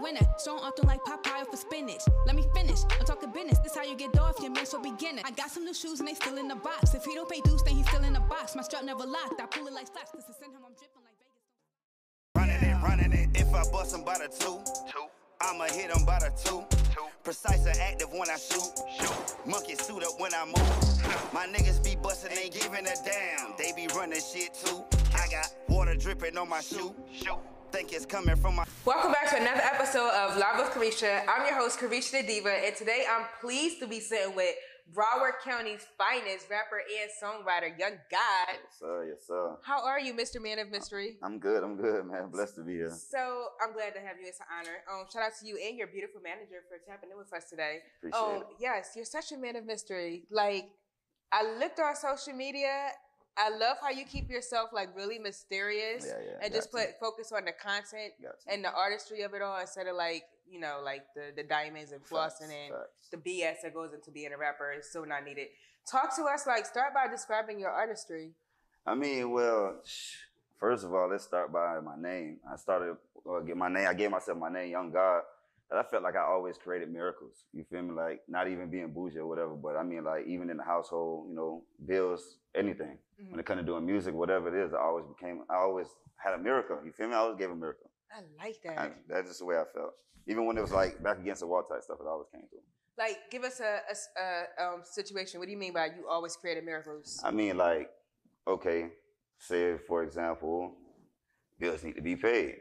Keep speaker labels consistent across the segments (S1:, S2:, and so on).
S1: winner. So I'm through like Popeye for spinach. Let me finish. I'm talking business. This how you get off. Your man's for beginner. I got some new shoes and they still in the box. If he don't pay dues, then he's still in the box. My strap never locked. I pull it like flash. This is in him. I'm dripping like Vegas.
S2: Running it, running it. If I bust him by the two, two. I'ma hit him by the two. two. Precise and active when I shoot. shoot. Monkey suit up when I move. My niggas be bustin', ain't giving a damn. They be running shit too. I got water dripping on my shoe. shoot. Think it's coming from my.
S3: Welcome back to another episode of Live with Carisha. I'm your host, Carisha the Diva, and today I'm pleased to be sitting with Broward County's finest rapper and songwriter, Young God.
S4: Yes, sir. Yes, sir.
S3: How are you, Mr. Man of Mystery?
S4: I'm good. I'm good, man. Blessed to be here.
S3: So I'm glad to have you. It's an honor. Um, shout out to you and your beautiful manager for tapping in with us today.
S4: Appreciate
S3: um,
S4: it.
S3: yes, you're such a man of mystery. Like, I looked on social media. I love how you keep yourself like really mysterious
S4: Yeah, yeah,
S3: and just
S4: got
S3: put focus on the content
S4: Got you.
S3: and the artistry of it all instead of like you know like the the diamonds and
S4: Facts,
S3: flossing and
S4: facts.
S3: the BS that goes into being a rapper is so not needed. Talk to us like start by describing your artistry.
S4: I mean, well, sh- first of all, let's start by my name. I started uh, get my name. I gave myself my name, Young God. And I felt like I always created miracles. You feel me? Like not even being bougie or whatever, but I mean, like even in the household, you know, bills, anything.
S3: Mm-hmm.
S4: When it comes to doing music, whatever it is, I always became. I always had a miracle. You feel me? I always gave a miracle.
S3: I like that.
S4: I- that's just the way I felt. Even when it was like back against the wall type stuff, it always came through.
S3: like give us a, a s- a, um, situation. What do you mean by you always created miracles?
S4: I mean, like, okay, say for example, bills need to be paid.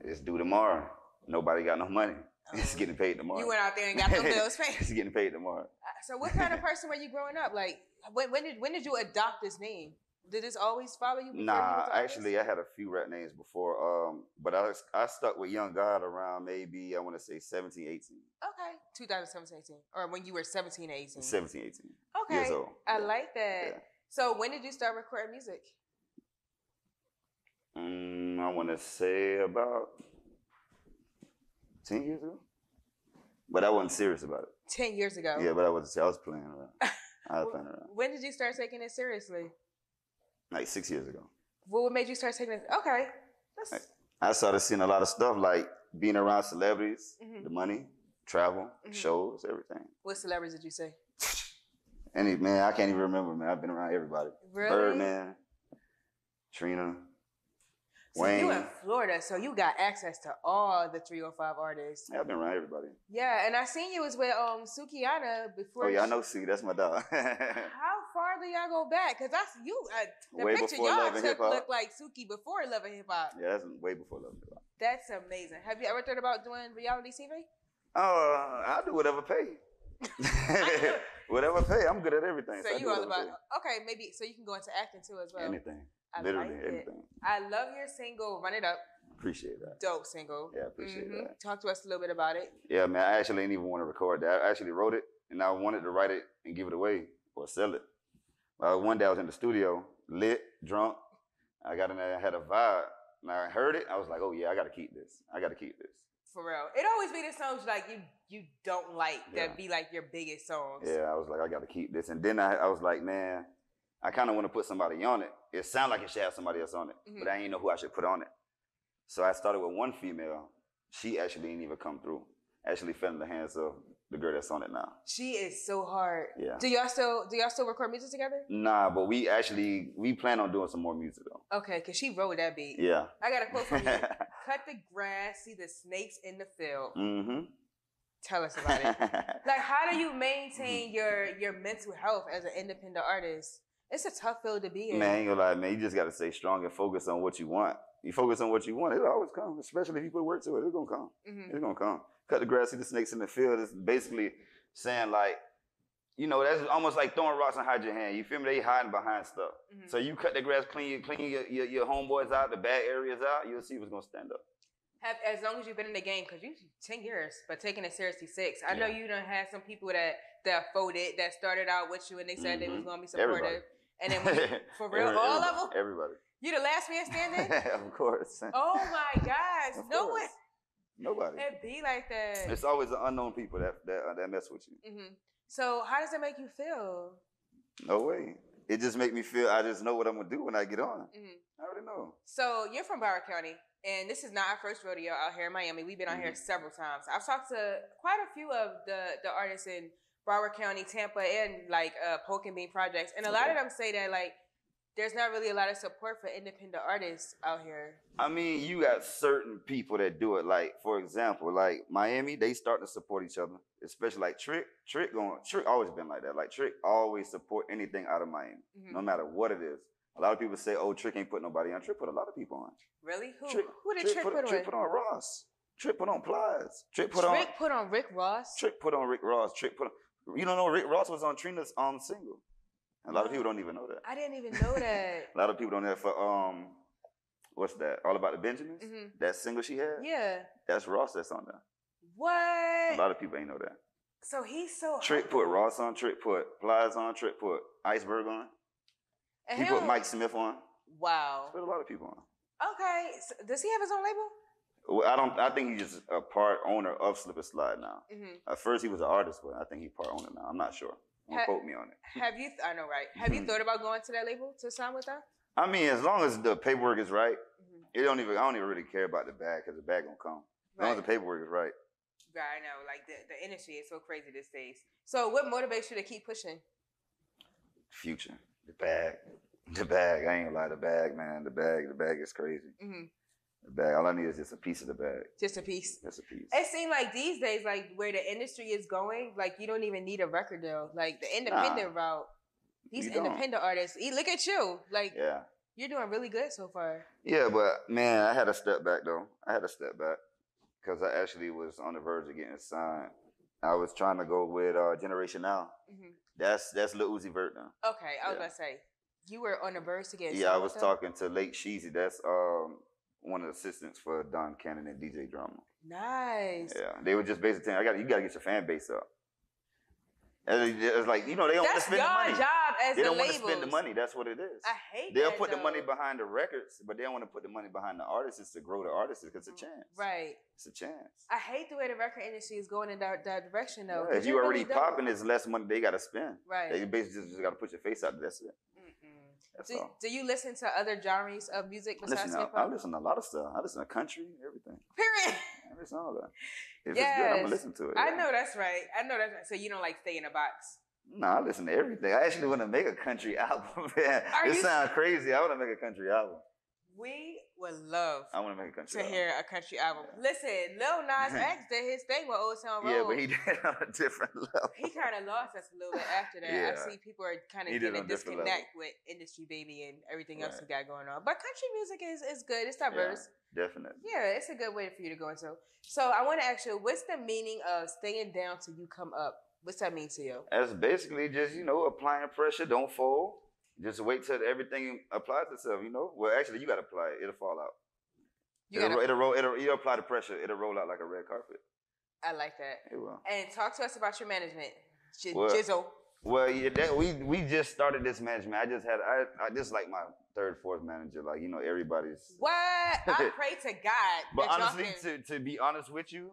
S4: It's due tomorrow. Nobody got no money. It's getting paid tomorrow.
S3: Um, Uh-huh. You went out there and got them bills paid.
S4: it's getting paid tomorrow.
S3: So what kind of person were you growing up? Like when, when did when did you adopt this name? Did this always follow you? before you
S4: Nah,
S3: was an artist?
S4: actually, I had a few rap names before, um, but I, I stuck with Young God around maybe, I want to say 17, 18.
S3: Okay, 2017, 18, or when you were 17, 18.
S4: 17, 18.
S3: Mm. okay,
S4: years old.
S3: I
S4: Yeah.
S3: like that.
S4: Yeah.
S3: So when did you start recording music?
S4: Mm, I want to say about 10 years ago. But I wasn't serious about it.
S3: Ten years ago.
S4: Yeah, but I was I was playing around. I was
S3: Wh-
S4: playing around
S3: When did you start taking it seriously?
S4: like six years ago.
S3: Well, what made you start taking it? Okay, that's
S4: I started seeing a lot of stuff like being around celebrities,
S3: Mhm.
S4: the money, travel,
S3: Mm-hmm.
S4: shows, everything.
S3: what celebrities did you say?
S4: Any man, I can't even remember, man. I've been around everybody.
S3: Really?
S4: Birdman, Trina,
S3: So
S4: Wayne.
S3: you in Florida, so you got access to all the 305 artists.
S4: Yeah, I've been around everybody.
S3: Yeah, and I seen you was with um Sukiana before.
S4: Oh yeah, I
S3: she-
S4: know C. That's my dog.
S3: How far do y'all go back? Cause that's you. Uh, the
S4: Way
S3: picture
S4: before
S3: y'all
S4: Love and
S3: took
S4: Hip Hop.
S3: looked like Suki before Love and Hip Hop.
S4: yeah, that's way before Love. and Hip Hop.
S3: That's amazing. Have you ever thought about doing reality TV?
S4: Oh, I do whatever pay. whatever pay. I'm good at everything.
S3: so
S4: I
S3: you
S4: do
S3: all
S4: whatever
S3: about okay? Maybe so you can go into acting too as
S4: pay.
S3: well.
S4: anything.
S3: I
S4: Literally
S3: like it.
S4: everything.
S3: I love your single "Run It Up."
S4: Appreciate that.
S3: Dope single.
S4: Yeah, I appreciate
S3: Mhm.
S4: that.
S3: Talk to us a little bit about it.
S4: Yeah, man, I actually didn't even want to record that. I actually wrote it and I wanted to write it and give it away or sell it. Uh, one day I was in the studio, lit, drunk. I got in there, I had a vibe. And I heard it, I was like, oh yeah, I gotta keep this. I gotta keep this.
S3: For real, it always be the songs like you you don't like
S4: Yeah.
S3: that be like your biggest songs.
S4: Yeah, I was like, I gotta keep this. And then I, I was like, man, I kind of want to put somebody on it. It sounded like it should have somebody else on it,
S3: Mhm.
S4: but I didn't know who I should put on it. So I started with one female. She actually didn't even come through. Actually fell in the hands of the girl that's on it now.
S3: She is so hard.
S4: Yeah.
S3: Do y'all still do y'all still record music together?
S4: Nah, but we actually we plan on doing some more music though.
S3: Okay, cause she wrote that beat.
S4: Yeah.
S3: I got a quote from you.
S4: mm-hmm.
S3: Cut the grass, see the snakes in the field. Tell us about it. like, how do you maintain your your mental health as an independent artist? It's a tough field to be in.
S4: Man, I ain't gonna lie, man. You just gotta stay strong and focus on what you want. You focus on what you want, it'll always come. Especially if you put work to it, it's gonna come.
S3: Mhm.
S4: It's gonna come. Cut the grass, see the snakes in the field. It's basically saying like, you know, that's almost like throwing rocks and hide your hand. You feel me? They hiding behind stuff.
S3: Mhm.
S4: So you cut the grass, clean, your- clean your, your your homeboys out, the bad areas out. You'll see what's gonna stand up.
S3: Have, as long as you've been in the game, because you ten years, but taking it seriously six. I know
S4: Yeah.
S3: you done had some people that that folded that started out with you and they said they was
S4: Mhm.
S3: gonna be supportive.
S4: Everybody.
S3: And then when you, for real,
S4: Every-
S3: all of them,
S4: everybody,
S3: you the last man standing.
S4: Everybody, of course.
S3: oh my gosh,
S4: Of
S3: no one
S4: course. Nobody.
S3: it be like that.
S4: It's always the unknown people that that, uh, that mess with you.
S3: hmm So how does that make you feel?
S4: No way. It just make me feel I just know what I'm gonna do when I get on.
S3: Mhm.
S4: I already know.
S3: So you're from Broward County. and this is not our first rodeo out here in Miami. We've been out
S4: Mm-hmm.
S3: here several times. I've talked to quite a few of the the artists in Broward County, Tampa, and like uh, Poke and Bean projects, and a lot of them say that like there's not really a lot of support for independent artists out here.
S4: I mean, you got certain people that do it. Like, for example, like Miami, they start to support each other, especially like Trick. Trick going, Trick always been like that. Like Trick always support anything out of Miami,
S3: Mhm.
S4: no matter what it is. A lot of people say, "Oh, Trick ain't put nobody on." Trick put a lot of people on.
S3: Really? Who?
S4: Trick-
S3: who did Trick, put,
S4: Trick
S3: on?
S4: put on Ross. Trick put on Plies. Trick put on.
S3: Trick put on Rick Ross.
S4: Trick put on Rick Ross. Trick put on. You don't know Rick Ross was on Trina's um single. A lot of people don't even know that.
S3: I didn't even know that.
S4: A lot of people don't know for um, what's that? All about the Benjamins.
S3: Mhm.
S4: That single she had.
S3: yeah.
S4: That's Ross that's on there. A
S3: What?
S4: lot of people ain't know that.
S3: So he's so
S4: Trick put Ross on. Trick put Plies on. Trick put Iceberg on.
S3: And
S4: He
S3: he
S4: put
S3: don't-
S4: Mike Smith on.
S3: Wow.
S4: Put a lot of people on.
S3: Okay. So does he have his own label?
S4: Well, I don't. I think he's just a part owner of Slip and Slide now.
S3: Mm-hmm.
S4: At first he was an artist, but I think he part owner now. I'm not sure. Don't
S3: Ha-
S4: quote me on it.
S3: Have you? I know, right? Have you
S4: Mhm.
S3: thought about going to that label to sign with them?
S4: I mean, as long as the paperwork is right,
S3: Mhm.
S4: it don't even. I don't even really care about the bag because the bag gonna come. As long as the paperwork is right.
S3: Right, I know. Like the, the industry is so crazy these days. So what motivates you to keep pushing?
S4: Future, the bag, the bag. I ain't gonna lie, the bag, man. The bag, the bag is crazy.
S3: hmm
S4: The bag. All I need is just a piece of the bag.
S3: Just a piece.
S4: That's a piece.
S3: It seems like these days, like where the industry is going, like you don't even need a record deal. Like the independent route, these
S4: you don't.
S3: independent artists. E, look at you. Like
S4: Yeah,
S3: you're doing really good so far.
S4: yeah. But man, I had a step back though. I had a step back because I actually was on the verge of getting signed. I was trying to go with uh, Generation Now.
S3: Mhm.
S4: That's that's Lil Uzi Vert now.
S3: Okay, I was
S4: Yeah.
S3: about to say you were on the verge to get.
S4: Yeah, I
S3: signed
S4: was
S3: with them?
S4: talking to Lake Sheezy. That's um one of the assistants for Don Cannon and DJ Drama.
S3: Nice.
S4: Yeah, they were just basically saying, "I got you got to get your fan base up." And it- it's like you know they don't want to
S3: That's your
S4: spend the money.
S3: job as
S4: They
S3: the
S4: don't want to
S3: labels.
S4: spend the money. That's what it is.
S3: I hate.
S4: They'll
S3: that,
S4: put the money
S3: though.
S4: behind the records, but they don't want to put the money behind the artists to grow the artists because it's a chance.
S3: Mm, Right.
S4: It's a chance.
S3: I hate the way the record industry is going in that, that direction though.
S4: Yeah, if you already popping, it's less money they got to spend.
S3: Right.
S4: They basically just, got to put your face out. there. That's it.
S3: Mm-mm.
S4: That's
S3: Do,
S4: all.
S3: do you listen to other genres of music besides
S4: Listen,
S3: hip
S4: I, I
S3: hop?
S4: listen to a lot of stuff. I listen to country, everything.
S3: Period.
S4: I listen to all that. If it's good, I'm
S3: Yes.
S4: gonna listen to it.
S3: I
S4: yeah.
S3: know that's right. I know that's right. So you don't like stay in a box.
S4: No, I listen to everything. I actually want to make a country album, man.
S3: Are
S4: This
S3: you-
S4: sounds crazy. I want to make a country album.
S3: We would love
S4: I want to make a country
S3: to
S4: album.
S3: hear a country album. Listen, Lil Nas X did his thing with Old Town Road.
S4: Yeah, but he did it on a different level.
S3: he kind of lost us a little bit after that. I
S4: Yeah.
S3: see people are kind
S4: He
S3: of
S4: did
S3: getting a
S4: on a different level.
S3: disconnect with industry baby and everything else
S4: Right.
S3: we got going on. But country music is is good. It's
S4: Yeah,
S3: diverse.
S4: Definitely.
S3: Yeah, it's a good way for you to go into. So I want to ask you, what's the meaning of staying down till you come up? What's that mean to you?
S4: That's basically just you know applying pressure. Don't fold. Just wait till everything applies itself. You know. Well, actually, you got to apply it. It'll fall out.
S3: You
S4: it'll,
S3: gotta,
S4: ro- it'll roll. It'll, you apply the pressure. It'll roll out like a red carpet.
S3: I like that.
S4: It will.
S3: And talk to us about your management, J-
S4: Well-
S3: Jizzle.
S4: Well, yeah, that, we we just started this management. I just had I I just like my third, fourth manager. Like you know everybody's
S3: What? I pray to God.
S4: But
S3: that y'all
S4: honestly,
S3: can-
S4: to, to be honest with you,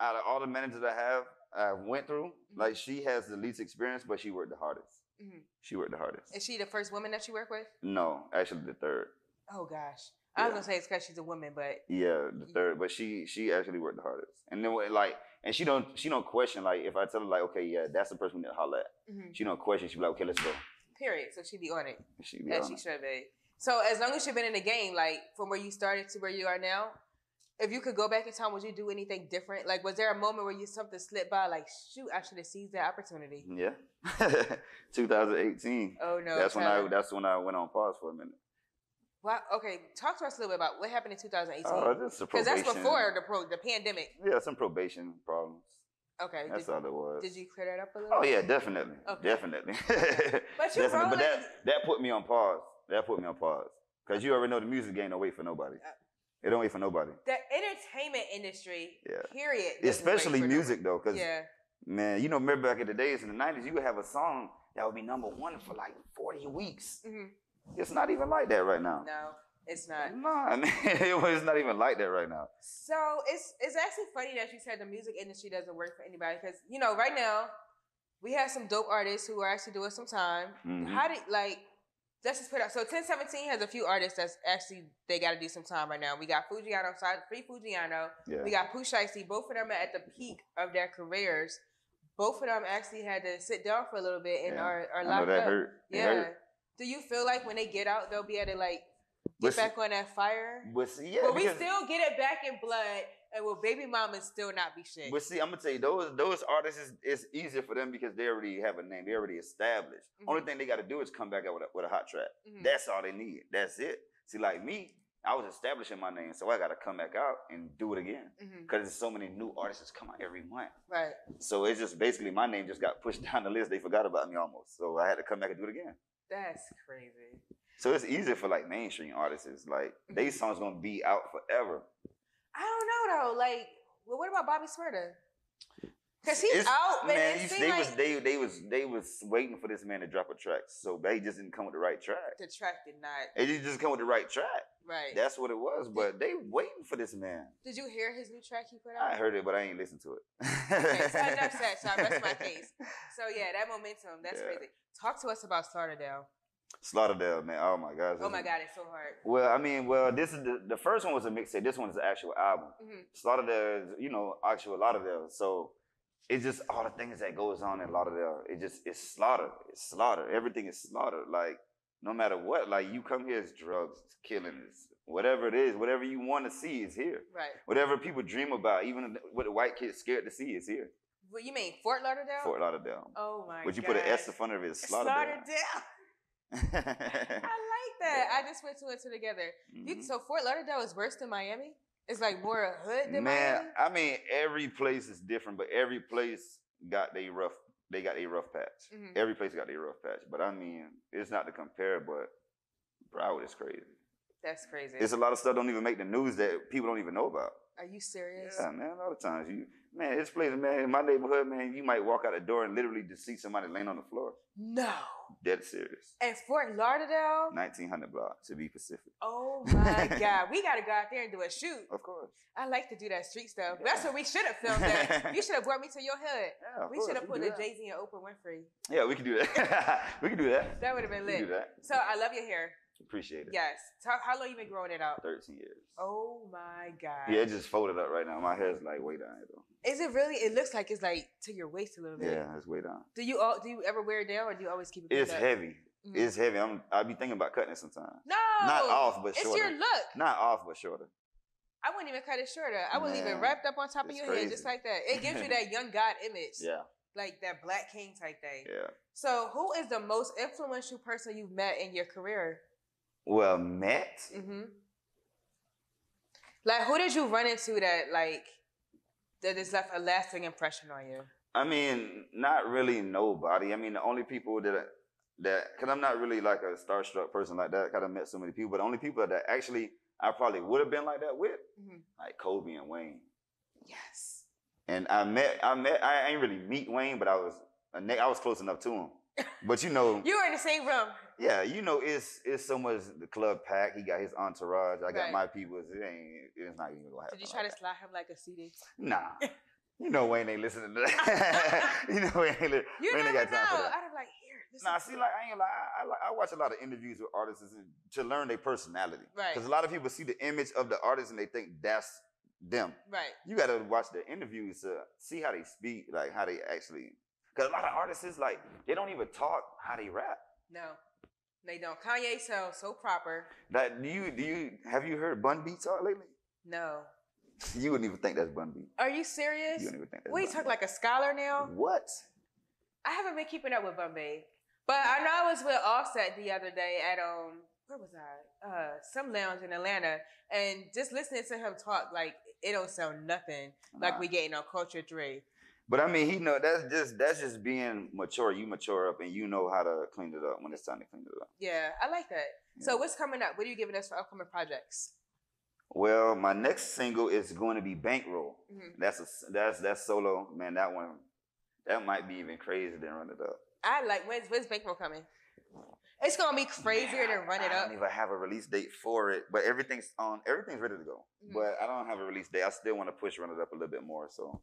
S4: out of all the managers I have, I went through,
S3: Mm-hmm.
S4: like she has the least experience, but she worked the hardest.
S3: Mhm.
S4: She worked the hardest.
S3: is she the first woman that you work with?
S4: no, actually the third.
S3: Oh gosh, I was
S4: Yeah.
S3: gonna say it's because she's a woman, but
S4: Yeah, the
S3: Ye-
S4: third. But she she actually worked the hardest. And then when, like, and she don't she don't question like if I tell her like okay yeah that's the person we need to holler at.
S3: mhm,
S4: She don't question. She be like okay let's go.
S3: period. So she be on it,
S4: And She be
S3: as
S4: on
S3: she
S4: it.
S3: should be. So as long as you've been in the game, like from where you started to where you are now, if you could go back in time, would you do anything different? Like, was there a moment where you something slipped by? Like, shoot, I should have seized that opportunity.
S4: Mm-hmm. yeah. 2018.
S3: Oh no,
S4: that's when I
S3: Tyler.
S4: that's when I went on pause for a minute.
S3: Why- okay, talk to us a little bit about what happened in 2018.
S4: Oh, this is
S3: Because that's
S4: probation.
S3: before the pro the pandemic.
S4: Yeah, some probation problems.
S3: Okay.
S4: That's
S3: did,
S4: all it was.
S3: did you clear that up a little?
S4: Oh yeah, definitely,
S3: Okay.
S4: definitely.
S3: But you
S4: Definitely.
S3: rolling-
S4: But that that put me on pause. That put me on pause because you already know the music game don't wait for nobody.
S3: Uh,
S4: It don't wait for nobody,
S3: The entertainment industry,
S4: Yeah.
S3: period. doesn't
S4: especially
S3: wait for
S4: music though.
S3: no-
S4: Because
S3: Yeah.
S4: man, you know, remember back in the days in the '90s, you would have a song that would be number one for like 40 weeks.
S3: hmm
S4: It's not even like that right now.
S3: No, it's not.
S4: Nah, man, it was not even like that right now.
S3: So it's it's actually funny that you said the music industry doesn't work for anybody because you know right now we have some dope artists who are actually doing some time.
S4: Mhm.
S3: How did like Let's just put out. So 1017 has a few artists that's actually they got to do some time right now. We got Fujiano, so free Fujiano.
S4: Yeah.
S3: We got Pooh Shiesty. Both of them are at the peak of their careers. Both of them actually had to sit down for a little bit and
S4: Yeah.
S3: are, are
S4: I
S3: locked
S4: know that
S3: up.
S4: hurt. It
S3: Yeah.
S4: hurt.
S3: Do you feel like when they get out, they'll be able to like get
S4: But see-
S3: back on that fire?
S4: But see, yeah,
S3: but we
S4: because-
S3: still get it back in blood, and will baby mama still not be shit?
S4: But see, I'm gonna tell you, those those artists is it's easier for them because they already have a name, they already established. Only
S3: Mhm.
S4: thing they got to do is come back out with a, with a hot track.
S3: Mhm.
S4: That's all they need. That's it. See, like me, I was establishing my name, so I got to come back out and do it again
S3: Mhm.
S4: because there's so many new artists that's come out every month.
S3: Right.
S4: So it's just basically my name just got pushed down the list. They forgot about me almost, so I had to come back and do it again.
S3: That's crazy.
S4: So it's easier for like mainstream artists. It's Like these songs gonna be out forever.
S3: I don't know though. Like, well, what about Bobby Smyrna? Because he's
S4: It's-
S3: out, but
S4: man.
S3: it
S4: you-
S3: seems
S4: they
S3: like
S4: was they they was they was waiting for this man to drop a track, so they just didn't come with the right track.
S3: the track did not.
S4: It just didn't come with the right track.
S3: Right.
S4: That's what it was. But they waiting for this man.
S3: Did you hear his new track he put out?
S4: I heard it, but I ain't listened to it.
S3: Okay, so enough said. So I rest my case. So yeah, that momentum. That's
S4: Yeah.
S3: crazy. Talk to us about Slaughterdale.
S4: Slaughterdale, man. Oh my gosh.
S3: Oh my
S4: this is-
S3: God, it's so hard.
S4: Well, I mean, well, this is the, the first one was a mixtape. This one is an actual album.
S3: Mhm.
S4: Slaughterdale is, you know, actual Lauderdale. So it's just all the things that goes on in Lauderdale. It just it's slaughter. It's slaughter. Everything is slaughter. Like no matter what, like you come here, it's drugs, it's killing, it's whatever it is, whatever you want to see is here.
S3: Right.
S4: Whatever people dream about, even what the white kid's scared to see is here.
S3: What you mean, Fort Lauderdale?
S4: Fort Lauderdale.
S3: Oh my.
S4: But you put an S in
S3: gosh.
S4: front of it, it's
S3: Slaughterdale.
S4: Lauderdale.
S3: I like that. I just put two and two together. You-
S4: Mhm.
S3: So Fort Lauderdale is worse than Miami. It's like more a hood than
S4: Man,
S3: Miami.
S4: I mean, every place is different, but every place got they rough. They got a rough patch.
S3: Mhm.
S4: Every place got their rough patch. But I mean, it's not to compare. But Broward is crazy.
S3: That's crazy.
S4: It's a lot of stuff don't even make the news that people don't even know about.
S3: Are you serious?
S4: Yeah, man. A lot of times you, man, this place, man, in my neighborhood, man, you might walk out the door and literally just see somebody laying on the floor.
S3: No.
S4: Dead serious.
S3: And Fort Lauderdale.
S4: 1900 block to be specific.
S3: Oh my God, we gotta go out there and do a shoot.
S4: Of course.
S3: I like to do that street stuff. That's
S4: Oh. Yeah.
S3: what we should have filmed. That you should have brought me to your hood.
S4: Yeah, of
S3: We
S4: course,
S3: should have
S4: can
S3: put
S4: do
S3: a
S4: that.
S3: Jay Z and Oprah Winfrey.
S4: Yeah, we can do that. we can do that.
S3: That would have been
S4: We can
S3: lit.
S4: do that.
S3: So I love your hair.
S4: Appreciate it.
S3: Yes. Talk, how long you been growing it out?
S4: 13 years.
S3: Oh my God.
S4: Yeah, it just folded up right now. My hair's like way down here though.
S3: Is it really? It looks like it's like to your waist a little bit.
S4: Yeah, it's way down.
S3: Do you all, do you ever wear it down or do you always keep it?
S4: It's
S3: picked up?
S4: heavy.
S3: Mhm.
S4: It's heavy. I'm I be thinking about cutting it sometime.
S3: no.
S4: Not off, but
S3: It's
S4: shorter.
S3: your look.
S4: Not off, but shorter.
S3: I wouldn't even cut it shorter. I would leave it
S4: Man,
S3: wrapped up on top of
S4: it's
S3: your head just
S4: crazy.
S3: like that. It gives you that young God image,
S4: Yeah,
S3: like that black king type thing.
S4: yeah.
S3: So, who is the most influential person you've met in your career?
S4: Well, Matt,
S3: hmm Like, who did you run into that like that has left a lasting impression on you?
S4: I mean, not really nobody. I mean, the only people that I, that because I'm not really like a starstruck person like that. Cause I met so many people, but the only people that actually I probably would have been like that with,
S3: Mhm.
S4: like Kobe and Wayne.
S3: Yes.
S4: And I met, I met, I ain't really meet Wayne, but I was, a ne- I was close enough to him. But you know,
S3: You were in the same room.
S4: Yeah, you know, it's it's so much the club pack. He got his entourage. I got
S3: Right.
S4: my people. It ain't. It's not even gonna happen.
S3: Did you try to
S4: like
S3: slide him like a CD?
S4: that. Nah. You know Wayne ain't listening to that. you know Wayne ain't. Li-
S3: You
S4: Wayne ain't
S3: never
S4: got time for
S3: know.
S4: that.
S3: I'd have like, here. Listen.
S4: Nah, see, like I ain't like I, I like I watch a lot of interviews with artists and- to learn their personality.
S3: Right.
S4: Because a lot of people see the image of the artist and they think that's them.
S3: Right.
S4: You got to watch their interviews to see how they speak, like how they actually. Because a lot of artists is like they don't even talk how they rap.
S3: No, they don't. Kanye sounds so proper.
S4: That do you do you have you heard Bun B talk lately?
S3: No.
S4: You wouldn't even think that's Bun B.
S3: Are you
S4: You
S3: serious?
S4: wouldn't even think that's
S3: We
S4: Bun
S3: talk
S4: B.
S3: like a scholar now.
S4: What?
S3: I haven't been keeping up with Bombay, but I know I was with Offset the other day at um where was I? Uh, some lounge in Atlanta, and just listening to him talk like it don't sound nothing like
S4: Nah.
S3: we getting on Culture Three.
S4: But I mean, he know that's just that's just being mature. You mature up and you know how to clean it up when it's time to clean it up.
S3: Yeah, I like that. So
S4: Yeah.
S3: what's coming up? What are you giving us for upcoming projects?
S4: Well, my next single is going to be Bankroll.
S3: Mhm.
S4: That's a s- that's that's solo man. That one that might be even crazier than Run It Up.
S3: I like when's when's Bankroll coming? It's gonna be crazier than Run It
S4: I
S3: Up.
S4: don't even have a release date for it, but everything's on. Everything's ready to go.
S3: Mhm.
S4: But I don't have a release date. I still want to push run it up a little bit more. So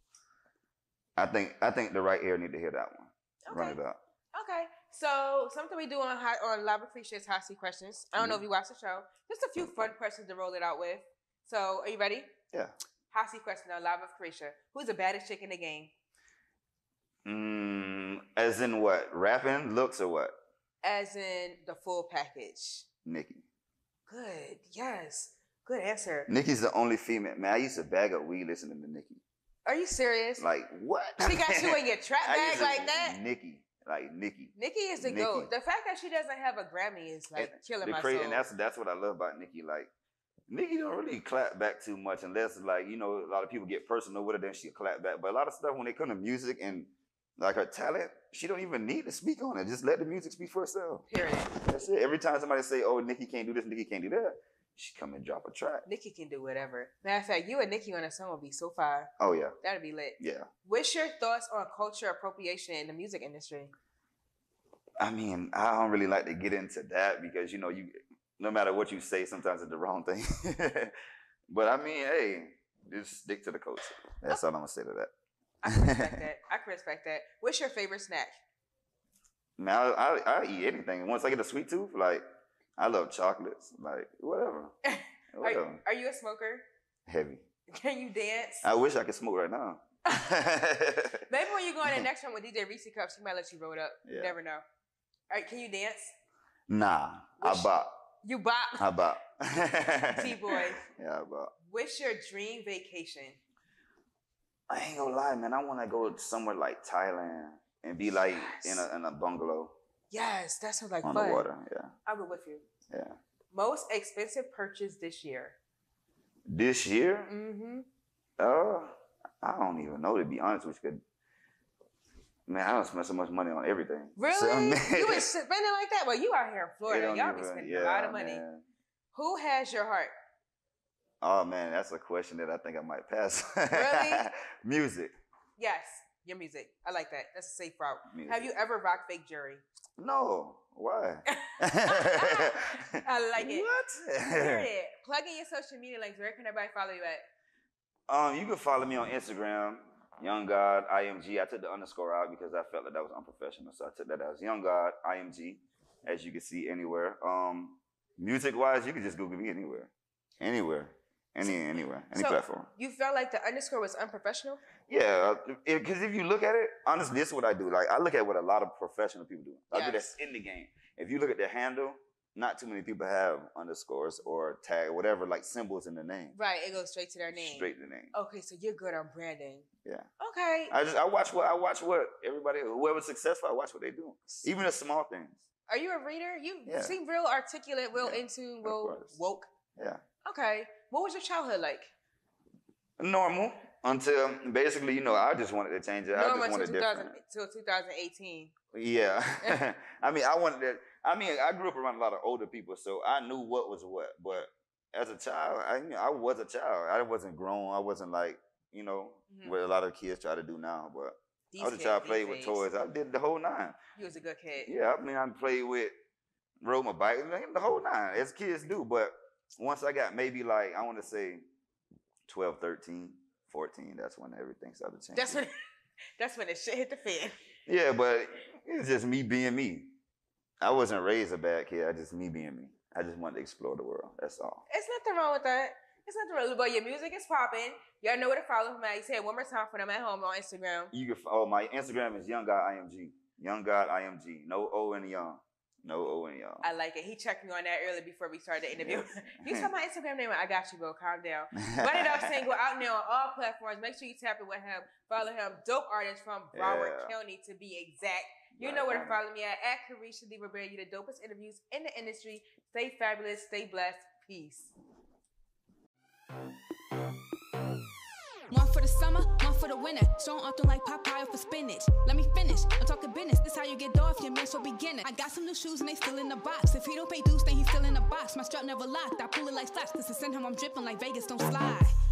S4: I think I think the right ear need to hear that one. Run
S3: Okay.
S4: it up.
S3: Okay. So something we do on hot, on Lava Appreciates Hot Seat Questions. I don't know if you watch the show. Just a few fun questions to roll it out with. So are you ready?
S4: Yeah.
S3: Hot seat question on Lava Carisha. Who's the baddest chick in the game?
S4: Mm, as in what? Rapping, looks, or what?
S3: As in the full package.
S4: Nikki.
S3: Good. Yes. Good answer.
S4: Nikki's the only female. Man, I used to bag up weed listening to Nikki.
S3: Are you serious?
S4: Like what?
S3: she got you in your trap
S4: I
S3: bag
S4: used to-
S3: like that?
S4: Nikki, like Nikki.
S3: Nikki is the
S4: Nikki.
S3: goat. The fact that she doesn't have a Grammy is like
S4: And
S3: killing
S4: the
S3: my
S4: cra-
S3: soul.
S4: And that's that's what I love about Nikki. Like Nikki don't really clap back too much unless like you know a lot of people get personal with her, then she will clap back. But a lot of stuff when it comes to music and like her talent, she don't even need to speak on it. Just let the music speak for itself.
S3: Period.
S4: That's it. Every time somebody say, "Oh, Nikki can't do this, Nikki can't do that," she come and drop a track.
S3: Nikki can do whatever. Matter of fact, you and Nikki on a song would be so fire.
S4: Oh yeah,
S3: That'd be lit.
S4: yeah.
S3: What's your thoughts on culture appropriation in the music industry?
S4: I mean, I don't really like to get into that because you know, you no matter what you say, sometimes it's the wrong thing. but I mean, hey, just stick to the culture. That's all I'm gonna say to that.
S3: I can respect that. I can respect that. What's your favorite snack?
S4: Man, I, I I eat anything. Once I get a sweet tooth, like I love chocolates, like whatever,
S3: Are,
S4: whatever.
S3: are you a smoker?
S4: Heavy.
S3: Can you dance?
S4: I wish I could smoke right now.
S3: Maybe when you go on the next one with DJ Reese Cups, she might let you roll it up. You
S4: Yeah.
S3: never know. All right, can you dance?
S4: nah,
S3: Wish-
S4: I bop,
S3: You bop.
S4: I bop.
S3: T-boy.
S4: Yeah, I bop.
S3: What's your dream vacation?
S4: I ain't gonna lie, man. I want to go somewhere like Thailand and be like in a in a bungalow
S3: Yes, that sounds like
S4: on
S3: fun.
S4: the water. Yeah,
S3: I'll go with you.
S4: yeah.
S3: Most expensive purchase this year.
S4: This year,
S3: Mm-hmm.
S4: uh, I don't even know to be honest with you. 'cause, Man, I don't spend so much money on everything. So,
S3: Really?
S4: man,
S3: you been spending like that? Well, you out here in
S4: it
S3: Florida.
S4: don't
S3: Y'all be
S4: even-
S3: spending a
S4: yeah,
S3: lot of money.
S4: man.
S3: Who has your heart?
S4: Oh man, that's a question that I think I might pass.
S3: Really?
S4: Music.
S3: Yes, your music. I like that. That's a safe route.
S4: Music.
S3: Have you ever rocked fake jury?
S4: No. Why?
S3: I like it.
S4: What?
S3: Period. Plug in your social media links. Where can everybody follow you at?
S4: Um, you can follow me on Instagram, Young God IMG. I took the underscore out because I felt that that was unprofessional, so I took that as Young God IMG, as you can see anywhere. Um, music wise, you can just Google me anywhere, anywhere, any anywhere, any
S3: So-
S4: platform.
S3: You felt like the underscore was unprofessional?
S4: Yeah, because if you look at it, honestly, this is what I do. Like I look at what a lot of professional people do. I do
S3: Yes.
S4: that's in the game. If you look at the handle, not too many people have underscores or tag, whatever, like symbols in the name.
S3: Right. It goes straight to their name.
S4: Straight the name.
S3: Okay, so you're good on branding.
S4: Yeah.
S3: Okay.
S4: I just I watch what I watch what everybody whoever's successful, I watch what they do. Even the small things.
S3: Are you a reader? You
S4: Yeah.
S3: seem real articulate, real
S4: Yeah,
S3: into, real
S4: course.
S3: woke.
S4: Yeah.
S3: Okay. What was your childhood like?
S4: Normal until basically, you know, I just wanted to change it. I just
S3: Normal
S4: wanted
S3: till 2000
S4: different.
S3: till 2018.
S4: Yeah. I mean, I wanted that. I mean, I grew up around a lot of older people, so I knew what was what. But as a child, I you know, I was a child. I wasn't grown. I wasn't like you know
S3: Mhm.
S4: what a lot of kids try to do now. But
S3: These
S4: I was a
S3: kids
S4: child,
S3: these
S4: played with
S3: days.
S4: toys. I did the whole nine.
S3: You was a good kid.
S4: Yeah, I mean, I played with, rode my bike, like, the whole nine, as kids do. But once I got maybe like, I want to say 12, 13, 14, that's when everything started changing.
S3: That's when that's when the shit hit the fan.
S4: Yeah, but it's just me being me. I wasn't raised a bad kid. I just me being me. I just wanted to explore the world. That's all.
S3: It's nothing wrong with that. It's nothing wrong. But your music is popping. Y'all know where to follow him at. You say it one more time for them at home on Instagram.
S4: You can follow my Instagram is Young God IMG. Young God IMG. No O in young. No O in young.
S3: I like it. He checked me on that earlier before we started the interview. you
S4: Yes.
S3: saw my Instagram name. I got you, bro. Calm down. Run it up single out now on all platforms. Make sure you tap it with him. Follow him. Dope artist from Broward
S4: Yeah.
S3: County to be exact. You know where to follow me at. At Carisha Lee Rivera. You the dopest interviews in the industry. Stay fabulous. Stay blessed. Peace.
S1: One for the summer, one for the winter. So I'm through like Popeye for spinach. Let me finish. I'm talking business. This how you get off your men's for beginner. I got some new shoes and they still in the box. If he don't pay dues, then he's still in the box. My strap never locked. I pull it like flash. This is in him. I'm dripping like Vegas. Don't slide.